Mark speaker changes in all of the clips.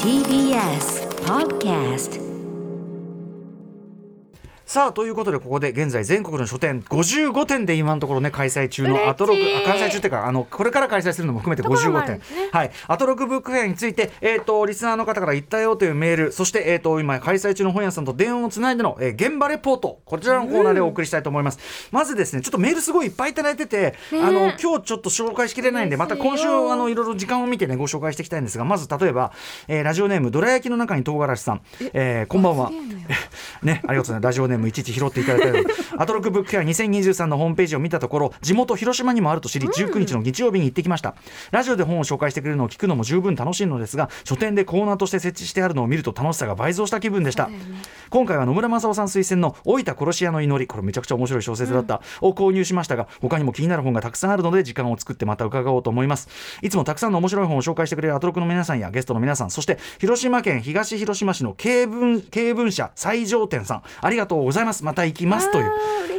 Speaker 1: TBS Podcast
Speaker 2: さあということでここで現在全国の書店55店で今のところね開催中
Speaker 3: 嬉しい
Speaker 2: のアトロクあ開催中っていうかあのこれから開催するのも含めて
Speaker 3: ころもあ
Speaker 2: 55
Speaker 3: るん
Speaker 2: 店、
Speaker 3: ですね
Speaker 2: はいアトロクブックフェアについてえっ、とリスナーの方から言ったよというメールそしてえっ、と今開催中の本屋さんと電話をつないでの、えー現場レポートこちらのコーナーでお送りしたいと思います、まずですねちょっとメールすごいいっぱいいただいてて、あの今日ちょっと紹介しきれないんでまた今週あのいろいろ時間を見てねご紹介していきたいんですがまず例えば、えーラジオネームどら焼きの中に唐辛子さん、えーこんばんは。 ね、ありがとうございます。ラジオネームいちいち拾っていただいたように。 アトロックブックフェア2023のホームページを見たところ、地元広島にもあると知り、19日の日曜日に行ってきました。ラジオで本を紹介してくれるのを聞くのも十分楽しいのですが、書店でコーナーとして設置してあるのを見ると楽しさが倍増した気分でした。今回は野村正夫さん推薦の老いた殺し屋の祈り、これめちゃくちゃ面白い小説だった、を購入しましたが、他にも気になる本がたくさんあるので、時間を作ってまた伺おうと思います。いつもたくさんの面白い本を紹介してくれるアトロクの皆さんやゲストの皆さん、そして広島県東広島市の経文経文社最上店さん、ありがとうございます。また行きますという。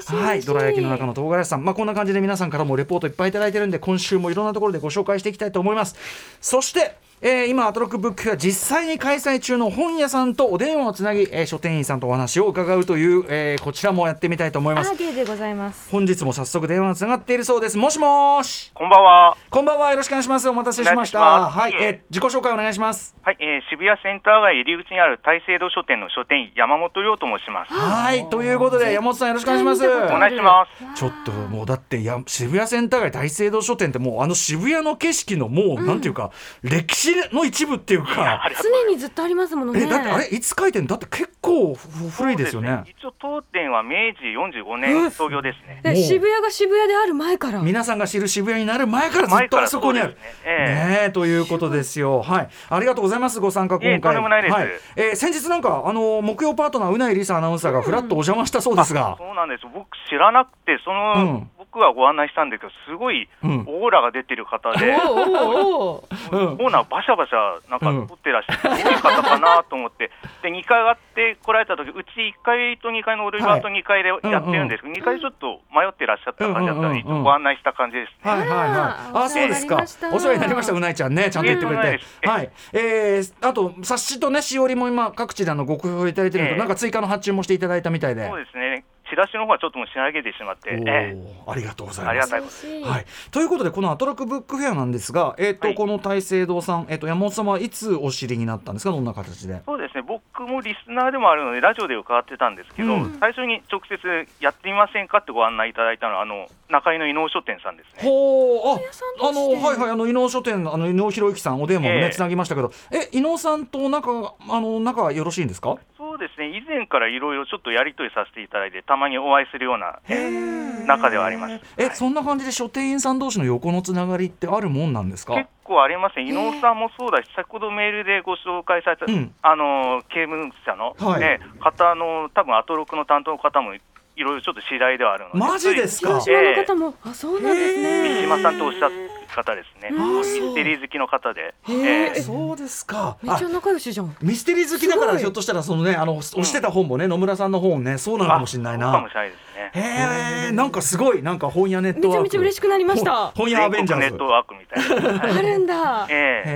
Speaker 2: はい、どら焼きの中の唐辛子さん、まあ、こんな感じで皆さんからもレポートいっぱいいただいてるんで、今週もいろんなところでご紹介していきたいと思います。そして、えー今、アトロックブックフェア実際に開催中の本屋さんとお電話をつなぎ、えー書店員さんとお話を伺うという、えーこちらもやってみたいと思い
Speaker 3: ア
Speaker 2: ます
Speaker 3: ー。ディーでございます
Speaker 2: 本日も早速電話がつながっているそうです。もしもーし。
Speaker 4: こんばんは。
Speaker 2: こんばんは。よろしくお願いします。お待たせしました。
Speaker 4: お願いします
Speaker 2: はい、えー自己紹介お願いします。
Speaker 4: はい、えー渋谷センター街入り口にある大聖堂書店の書店員、山本亮と申します。
Speaker 2: はい、ということで、山本さんよろしくお願いします。
Speaker 3: 絶対見たこと
Speaker 4: お
Speaker 3: な
Speaker 4: 願いします。
Speaker 2: ちょっともうだってや渋谷センター街大聖堂書店ってもうあの渋谷の景色のもう、なんていうか歴史の一部っていうか、
Speaker 3: 常にずっとありますものね
Speaker 2: えだってあれいつ書いてんだって結構ふ古いですよ
Speaker 4: そう
Speaker 2: ね
Speaker 4: 一応当店は明治45年創業ですね。
Speaker 3: で
Speaker 2: もう
Speaker 3: 渋谷が渋谷である前から
Speaker 2: 皆さんが知る渋谷になる前からずっ
Speaker 4: 前
Speaker 2: と
Speaker 4: か
Speaker 2: あ
Speaker 4: ら
Speaker 2: そこにある
Speaker 4: そうですねええ
Speaker 2: ねえということですよはいありがとうございますご参加今回
Speaker 4: いえとんでもないです
Speaker 2: はいえー先日なんかあの木曜パートナーうないりさアナウンサーがフラッとお邪魔したそうですが
Speaker 4: そうなんです。僕知らなくて、その、
Speaker 2: うん
Speaker 4: 僕がご案内したんですけど、すごい
Speaker 2: うん
Speaker 4: オーラが出てる方で、
Speaker 3: おうおうおう
Speaker 2: うん
Speaker 4: オーナーバシャバシャなん
Speaker 2: うん
Speaker 4: か撮ってらっしゃる、いい方かなと思って、で、2階上がって来られた時、うち1階と2階のオルガーと2階でやってるんですけど、2階ちょっと迷ってらっしゃった感じだ
Speaker 2: う
Speaker 4: った
Speaker 2: んうんうん
Speaker 4: の
Speaker 2: うん
Speaker 4: で、一応ご案内した感じですね。
Speaker 2: はいはいはい。
Speaker 3: あ
Speaker 2: あ
Speaker 3: ー
Speaker 2: そうです
Speaker 3: お世話になり
Speaker 2: か
Speaker 3: ました。
Speaker 2: お世話になりました。うないちゃんね、ちゃんと言ってくれ
Speaker 4: いえいえ
Speaker 2: て
Speaker 4: とんでもないです。え
Speaker 2: はい。えー、あと冊子とね、しおりも今各地であのご好評いただいてるの
Speaker 4: え
Speaker 2: と、
Speaker 4: え
Speaker 2: なんか追加の発注もしていただいたみたいで。
Speaker 4: そうですね、チラシの方はちょっともう仕上げてしまって、ええ
Speaker 2: おーありがとうござい
Speaker 4: あり
Speaker 2: ま
Speaker 4: が
Speaker 2: す。
Speaker 4: たいこと
Speaker 2: はい、ということでこのアトラクブックフェアなんですが、えーと
Speaker 4: はい
Speaker 2: この大聖堂さん、えー、と山本さんはいつお知りになったんですかどんな形で
Speaker 4: そうですね、僕もリスナーでもあるので、ラジオで伺ってたんですけど、
Speaker 2: うん
Speaker 4: 最初に直接やってみませんかってご案内いただいたのは、あの中井の伊能書店さんですね。
Speaker 2: ほうああ
Speaker 3: 屋さんとして
Speaker 2: のはいはいあの伊能書店のあの伊能博之さんお電話も
Speaker 4: え
Speaker 2: ね
Speaker 4: え
Speaker 2: つなぎましたけどえ伊能さんと仲があの仲はよろしいんですか
Speaker 4: そうですね、以前からいろいろちょっとやり取りさせていただいて、たまにお会いするようなえー中ではあります。
Speaker 2: え、
Speaker 4: はい
Speaker 2: そんな感じで書店員さん同士の横のつながりってあるもんなんですか
Speaker 4: 結構ありますね、伊能さんもそうだし、先ほどメールでご紹介された、
Speaker 2: うん
Speaker 4: あの刑務者の、
Speaker 2: はい
Speaker 4: ね、方の、多分アトロクの担当の方もいろいろちょっと知り合いではあるので、
Speaker 2: マジですか
Speaker 3: 広島の方も、あそうなんです
Speaker 4: 三
Speaker 3: ね
Speaker 4: 島さんとおっしゃる方ですね、
Speaker 2: あ
Speaker 4: ミステリー好きの方で、
Speaker 3: へ
Speaker 4: え
Speaker 3: ー
Speaker 4: え
Speaker 2: そうですか
Speaker 3: めっちゃ仲良しじゃん
Speaker 2: ミステリー好きだか
Speaker 3: すご
Speaker 2: ら
Speaker 3: い
Speaker 2: ひょっとしたらそのねあの押してた本もね野村さんの本ねそうなのかもしれない
Speaker 4: あそうかも
Speaker 2: な
Speaker 4: しれないですね。
Speaker 2: へえんかすごいなんか本屋ネッ
Speaker 3: め
Speaker 2: ト
Speaker 3: ち
Speaker 2: ワー
Speaker 3: ゃめ
Speaker 2: ク
Speaker 3: ちゃ嬉しくなりました
Speaker 2: 本屋アベンジャー
Speaker 4: 全国ネッ
Speaker 2: ズ
Speaker 4: トワークみたい な。
Speaker 3: あるんだ
Speaker 4: ええ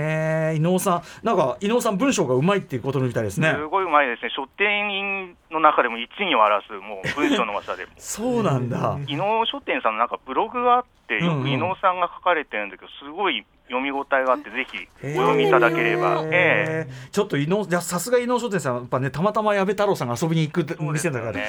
Speaker 2: へえ伊能さんなんか伊能さん文章がうまいっていうことみたいですね
Speaker 4: すごいうまいですね、書店員の中でも一位を争う、もう文章の 技で、
Speaker 2: そうなんだ
Speaker 4: 伊能書店さんのなんかブログがあって、よ
Speaker 2: うんう
Speaker 4: く
Speaker 2: ん
Speaker 4: 伊能さんが書かれてるんだけど、すごい読み応えがあって、ぜひ
Speaker 2: へー
Speaker 4: お読みいただければ、ええ
Speaker 2: へーちょっと伊能じゃさすが伊能書店さんやっぱねたまたま矢部太郎さんが遊びに行く
Speaker 4: そうで
Speaker 2: 店
Speaker 4: すよ
Speaker 2: だから、
Speaker 4: ね。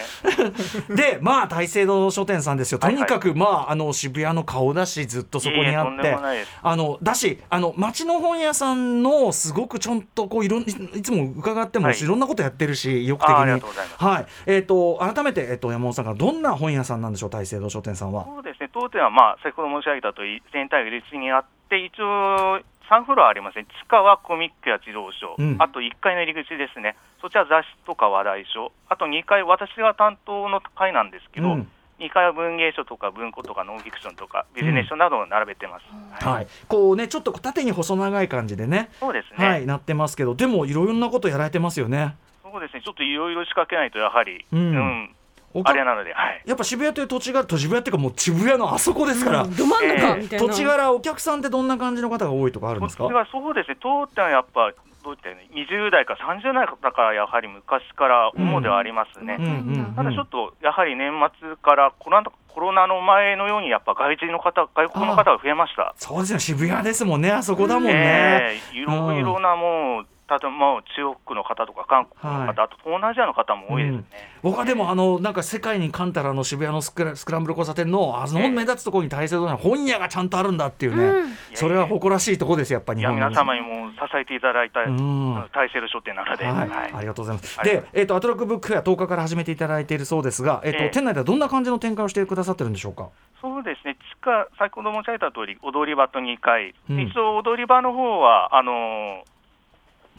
Speaker 2: でまあ大聖堂書店さんですよと
Speaker 4: はいは
Speaker 2: に
Speaker 4: い
Speaker 2: かく、まああの渋谷の顔だしずっとそこにあっ
Speaker 4: いえいえとん
Speaker 2: て
Speaker 4: でもないです
Speaker 2: あのだしあの町の本屋さんのすごくちょんとこういろんいいつも伺っても
Speaker 4: はい
Speaker 2: いろんなことやってるし意欲的に
Speaker 4: あありがとうございます
Speaker 2: はいえー、と改めて、えっと山本さんからどんな本屋さんなんでしょう大聖堂書店さんは。
Speaker 4: そうですね、当店は、まあ、先ほど申し上げたとおり、全体が入り口にあって、一応、3フロアありますね、地下はコミックや児童書、
Speaker 2: うん
Speaker 4: あと1階の入り口ですね、そっちは雑誌とか話題書、あと2階、私が担当の階なんですけど、
Speaker 2: うん
Speaker 4: 2階は文芸書とか文庫とかノンフィクションとかビジネス書などを並べてます。はい
Speaker 2: はい、こうねちょっと縦に細長い感じでね
Speaker 4: そうですね、
Speaker 2: はい、なってますけどでもいろんなことやられてますよね。
Speaker 4: そうですね、ちょっといろいろ仕掛けないと、やはり、
Speaker 2: うん
Speaker 4: うん
Speaker 2: おか
Speaker 4: あれなので、はい、
Speaker 2: やっぱ渋谷という土地が土渋谷っていうかもう渋谷のあそこですから、
Speaker 3: ど真ん中みたいな。
Speaker 2: 土地柄お客さんってどんな感じの方が多いとかあるんですか
Speaker 4: これはそうですね、当店はやっぱ、どういったらいいの20代か30代だから、やはり昔から主ではありますね。
Speaker 2: うんうん
Speaker 4: ただちょっと、やはり年末からコロナコロナの前のように、やっぱ外人の方、外国の方が増えました。
Speaker 2: そうですよ渋谷ですもんねあそこだもんね、
Speaker 4: ええいろいろなもう、ただもう中国の方とか韓国の方、
Speaker 2: はい
Speaker 4: あと東南アジアの方も多いですね。
Speaker 2: 僕はでもあのなんか世界にカンタラの渋谷のスクラスクランブル交差点のあの
Speaker 4: ええ
Speaker 2: 目立つところに大切な本屋がちゃんとあるんだっていうね、
Speaker 3: うん
Speaker 2: それは誇らしいとこですやっぱ
Speaker 4: い
Speaker 2: 日
Speaker 4: や
Speaker 2: 本の
Speaker 4: 皆様にも支えていただいた、
Speaker 2: ん
Speaker 4: 大セル商店なので、
Speaker 2: はい、
Speaker 4: はい
Speaker 2: ありがとうございます。
Speaker 4: はい
Speaker 2: で、えっ、と、アトロックブックフェア10日から始めていただいているそうですが、えっ、と、
Speaker 4: ええ
Speaker 2: 店内ではどんな感じの展開をしてくださってるんでしょうか。
Speaker 4: そうですね、地下、先ほど申し上げた通り、踊り場と2階、
Speaker 2: うん
Speaker 4: 一応踊り場の方はあの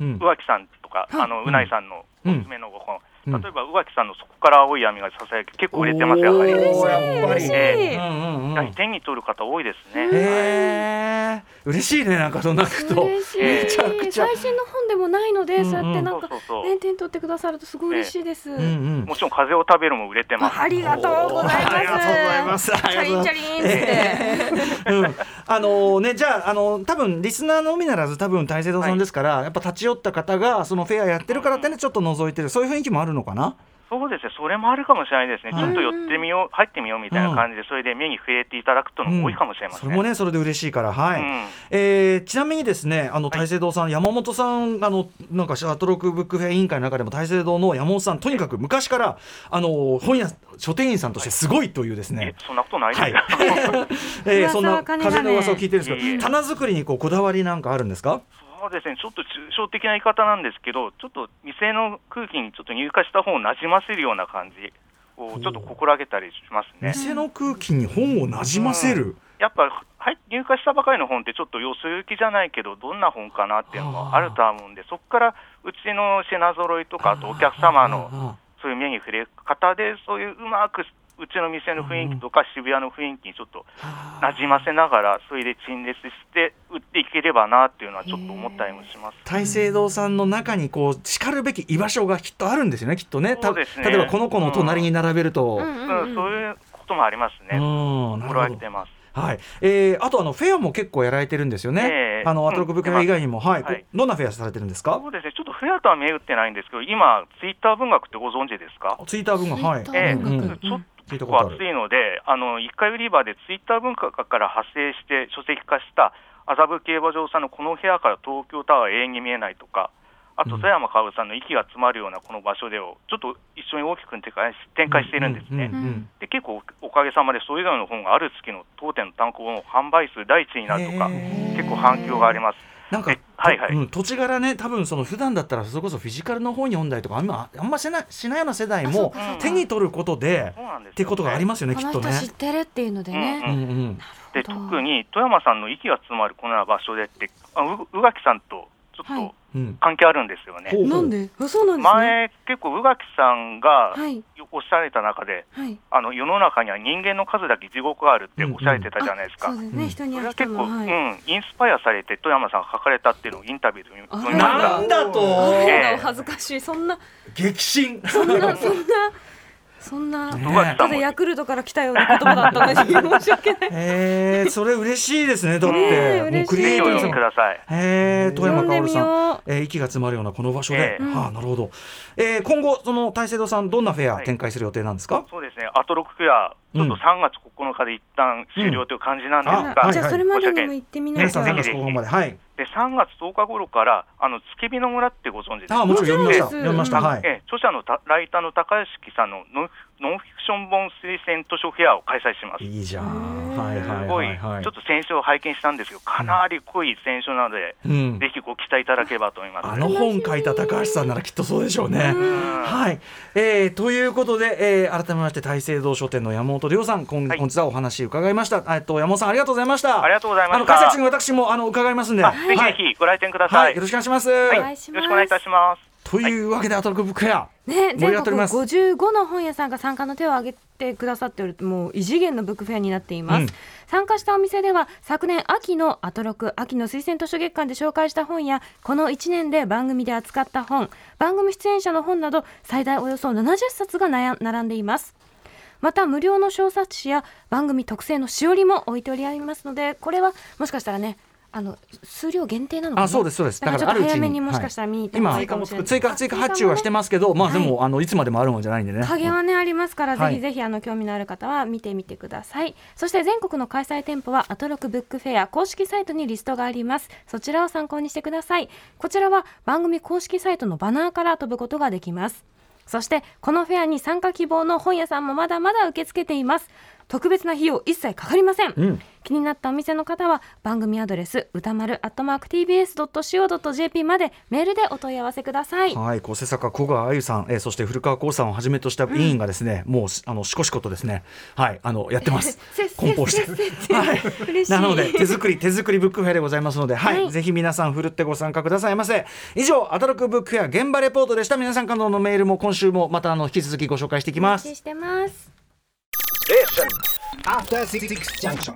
Speaker 2: うん
Speaker 4: ー、。宇垣さんとか、あのうないさんの
Speaker 2: うん
Speaker 4: おすすめのご本、
Speaker 2: うん
Speaker 4: 例えば宇垣さんのそこから青い闇がささやき、結構売れてます、やはり。
Speaker 2: おーやっぱり
Speaker 3: 嬉しい。
Speaker 4: え
Speaker 2: うんうんうん。
Speaker 4: やはり手に取る方多いですね。
Speaker 2: へえ、嬉しいね、なんかそんなこと。
Speaker 3: 嬉しい
Speaker 4: め
Speaker 2: ちゃくちゃ
Speaker 3: 最新の本でもないので、
Speaker 2: うんうん
Speaker 3: そうやってなんか
Speaker 4: そうそうそう
Speaker 3: ね点取ってくださるとすごい嬉しいです、
Speaker 2: うんうん。
Speaker 4: もちろん風を食べるも売れてます。
Speaker 3: あありがとうございます
Speaker 2: ありがとうございます。
Speaker 3: チャリンチャリンって、
Speaker 2: うん、あのねじゃあ、あの多分リスナーのみならず多分大聖堂さんですから、やっぱ立ち寄った方がそのフェアやってるからってねちょっと覗いてるそういう雰囲気もあるのかな
Speaker 4: そうですね、それもあるかもしれないですね。
Speaker 2: はい
Speaker 4: ちょっと寄ってみよう、入ってみようみたいな感じで、それで目に触れていただくとのも多いかもしれませ
Speaker 2: そ
Speaker 4: ん
Speaker 2: れもねそれで嬉しいからはい、
Speaker 4: うん
Speaker 2: えーちなみにですねあの大聖堂さん、山本さんあのなんかシャトロックブックフェア委員会の中でも大聖堂の山本さんとにかく昔からあの本屋書店員さんとしてすごいというですね、
Speaker 4: え、そんなことないです
Speaker 2: はい
Speaker 4: よ。
Speaker 3: 噂
Speaker 2: えー
Speaker 3: は
Speaker 2: そんな
Speaker 3: 金がね
Speaker 2: 風の噂を聞いてるんです
Speaker 4: いえ
Speaker 2: け
Speaker 4: いえ
Speaker 2: ど棚作りにこうこだわりなんかあるんですか
Speaker 4: そうですね、ちょっと抽象的な言い方なんですけど、ちょっと店の空気にちょっと入荷した本をなじませるような感じをちょっと心がけたりしますね。
Speaker 2: 店の空気に本をなじませる、
Speaker 4: やっぱはい入荷したばかりの本って、ちょっとよそ行きじゃないけど、どんな本かなっていうのがあるとは思うんで、そこからうちの品揃いとか、あとお客様の
Speaker 2: あ
Speaker 4: そういう目に触れる方で、そういううまくうちの店の雰囲気とか、渋谷の雰囲気にちょっと
Speaker 2: あ
Speaker 4: なじませながら、それで陳列して売っていければなっていうのは、ちょっと思ったりもします。
Speaker 2: 大聖堂さんの中にこう叱るべき居場所がきっとあるんですよねきっとねた
Speaker 4: そうですね
Speaker 2: 例えばこの子の隣に並べる
Speaker 3: う
Speaker 2: と、うんん
Speaker 3: うん
Speaker 4: うん、そういうこともありますね。
Speaker 2: な
Speaker 4: 心が
Speaker 2: る
Speaker 4: け
Speaker 2: ほ
Speaker 4: て
Speaker 2: ど
Speaker 4: ます。
Speaker 2: はいえー、あとあのフェアも結構やられてるんですよね、
Speaker 4: ええ
Speaker 2: あのアトロックブックフェア以外にも、はい、
Speaker 4: はい
Speaker 2: どんなフェアされてるんですか
Speaker 4: そうですね、ちょっとフェアとは銘打ってないんですけど、今、ツイッター文学ってご存知ですか
Speaker 2: ツイッター文がはい、
Speaker 3: ツイッタ
Speaker 4: ええ
Speaker 3: ー文学
Speaker 2: うん
Speaker 4: ちょっ
Speaker 2: 聞いた
Speaker 4: と
Speaker 2: ことある
Speaker 4: 熱いので、あの一回売り場でツイッター文学から派生して書籍化した麻布競馬場さんのこの部屋から東京タワー永遠に見えないとか、あと
Speaker 2: うん
Speaker 4: 富山かおるさんの息が詰まるようなこの場所でを、ちょっと一緒に大きく展開し展開しているんですね。
Speaker 2: うううん
Speaker 4: で結構おかげさまでそれ以外の本がある月の当店の単行本の販売数第一位になると
Speaker 2: へ
Speaker 4: か
Speaker 2: ー
Speaker 4: 結構反響があります。
Speaker 2: なんか
Speaker 4: え、はいはい
Speaker 2: うん、土地柄ね、多分その普段だったら、それこそフィジカルの本読んだりとか、あんまあんましないしないような世代も
Speaker 4: あそうかそうか
Speaker 2: 手に取ることで、
Speaker 4: そうなんですよね
Speaker 2: ってことがありますよね、きっ
Speaker 3: こ
Speaker 2: と
Speaker 3: の人
Speaker 2: ね。
Speaker 3: 知ってるっていうのでね、
Speaker 4: うん
Speaker 2: うんうん、
Speaker 3: な
Speaker 4: で
Speaker 3: るほど
Speaker 4: 特に富山さんの息が詰まるこのような場所でってあう宇垣さんとちょっ
Speaker 3: はい
Speaker 4: と
Speaker 2: うん、
Speaker 4: 関係あるんですよね。
Speaker 2: ほう
Speaker 3: なんであそうなんですね
Speaker 4: 前結構宇垣さんが
Speaker 3: はい
Speaker 4: おっしゃられた中で、
Speaker 3: はい
Speaker 4: あの世の中には人間の数だけ地獄があるっておっしゃられてたじゃないですか。
Speaker 3: あそうですね、
Speaker 2: うん
Speaker 3: 人
Speaker 4: そ
Speaker 3: に
Speaker 4: れ
Speaker 3: は
Speaker 4: は
Speaker 3: 人
Speaker 4: 結構、
Speaker 3: のは
Speaker 4: う
Speaker 3: い、
Speaker 4: ん、インスパイアされて富山さんが書かれたっていうのをインタビューで
Speaker 3: あ
Speaker 4: 読みました
Speaker 2: な
Speaker 3: ら
Speaker 2: んだ
Speaker 3: あ
Speaker 2: と、
Speaker 3: ら
Speaker 4: ええ
Speaker 3: お恥ずかしいそんな
Speaker 2: 激震。
Speaker 3: そんなそんなそんな、
Speaker 2: ね
Speaker 4: 宇垣さ
Speaker 3: た
Speaker 4: ん
Speaker 3: だ
Speaker 4: も
Speaker 3: ヤクルトから来たような言葉だったので申し訳ない
Speaker 2: えー、それ嬉しいですね、だって、
Speaker 3: ねえ
Speaker 2: もうクリエ
Speaker 4: ぜ
Speaker 2: イ
Speaker 4: ひ
Speaker 2: タ
Speaker 4: お
Speaker 2: ー
Speaker 4: 読
Speaker 2: さ
Speaker 4: み
Speaker 2: ん
Speaker 4: く。ださい。
Speaker 2: えー、富山薫
Speaker 3: 読んでみ
Speaker 2: さ
Speaker 3: よ
Speaker 2: ん
Speaker 3: う、
Speaker 2: えー息が詰まるようなこの場所で、
Speaker 4: え
Speaker 3: え
Speaker 2: ああなるほど、えー、今後その大聖堂さんどんなフェア展開する予定なんですか、
Speaker 4: そうですね、アトロックフェア、ちょっと
Speaker 2: うん
Speaker 4: 3月9日で一旦終了という感じなんです
Speaker 2: あ
Speaker 4: が、
Speaker 2: はい
Speaker 3: じゃあそれまでにも行ってみな
Speaker 2: 皆
Speaker 3: き
Speaker 2: さん
Speaker 3: ゃ、
Speaker 2: 3
Speaker 4: ね
Speaker 2: 月後半まではい
Speaker 4: で3月10日頃から、あの月火の村ってご存知です
Speaker 2: あ
Speaker 4: か
Speaker 2: あもちろん読みました
Speaker 3: もち
Speaker 2: 読
Speaker 3: ろん
Speaker 2: みま
Speaker 3: で
Speaker 2: し
Speaker 3: す
Speaker 2: たはい、
Speaker 4: ええ著者のたライターの高橋樹さんのノンノンフィクション本推薦図書フェアを開催します。
Speaker 2: いいじゃん。はいはい
Speaker 4: すごい
Speaker 2: はい、はい。
Speaker 4: ちょっと選書を拝見したんですけど、かなり濃い選書なので、
Speaker 2: うん
Speaker 4: ぜひご期待いただければと思います。
Speaker 2: あの本書いた高橋さんならきっとそうでしょうね。はい、えーということで、えー改めまして大聖堂書店の山本亮さん今,、
Speaker 4: はい
Speaker 2: 本日はお話伺いました。えっと山本さんありがとうございました。
Speaker 4: ありがとうございました
Speaker 2: あの解説に私もあの伺いますんで、
Speaker 4: あぜひぜひご来店くださ。
Speaker 2: はいい、よろ
Speaker 4: よ
Speaker 2: しくお願いします。
Speaker 3: お
Speaker 4: は
Speaker 3: 願いしま
Speaker 4: ろ
Speaker 3: す
Speaker 4: しくお願いいたします。
Speaker 2: というわけで、アトロックブックフェア、
Speaker 3: ね、
Speaker 2: 盛
Speaker 3: 全
Speaker 2: り上がってお
Speaker 3: 国
Speaker 2: ります
Speaker 3: 55の本屋さんが参加の手を挙げてくださっておるもう異次元のブックフェアになっています、
Speaker 2: うん
Speaker 3: 参加したお店では昨年秋のアトロク秋の推薦図書月間で紹介した本やこの1年で番組で扱った本番組出演者の本など最大およそ70冊がなや並んでいますまた無料の小冊子や番組特製のしおりも置いておりますのでこれはもしかしたらねあの数量限定なのかな
Speaker 2: あそうですそうです
Speaker 3: だからちょっと早めにもしかしたら見に行っても
Speaker 2: はい
Speaker 3: いかもしれない
Speaker 2: 今追加追加発注はしてますけどまあでも、あのいつまでもあるもんじゃないんでね
Speaker 3: 影はねありますから、
Speaker 2: はい
Speaker 3: ぜひぜひあの興味のある方は見てみてくださいそして全国の開催店舗はアトロクブックフェア公式サイトにリストがありますそちらを参考にしてくださいこちらは番組公式サイトのバナーから飛ぶことができますそしてこのフェアに参加希望の本屋さんもまだまだ受け付けています特別な費用一切かかりません、
Speaker 2: ん
Speaker 3: 気になったお店の方は番組アドレス歌丸 atmarktbs.co.jp までメールでお問い合わせください
Speaker 2: はい、こう瀬坂古賀あゆさん、えーそして古川光さんをはじめとした委員がですね、もうしあのしこしことですね、はい、あのやってます
Speaker 3: せっ。せ
Speaker 2: 梱包して
Speaker 3: せっせ。嬉しい
Speaker 2: なので手作り手作りブックフェアでございますので、はい、
Speaker 3: はい
Speaker 2: ぜひ皆さんふるってご参加くださいませ。以上アトロクブックフェア現場レポートでした。皆さんからのメールも今週もまたあの引き続きご紹介していき
Speaker 3: お
Speaker 2: ま
Speaker 3: 待
Speaker 2: す
Speaker 3: ち。してます
Speaker 5: After Six Junction.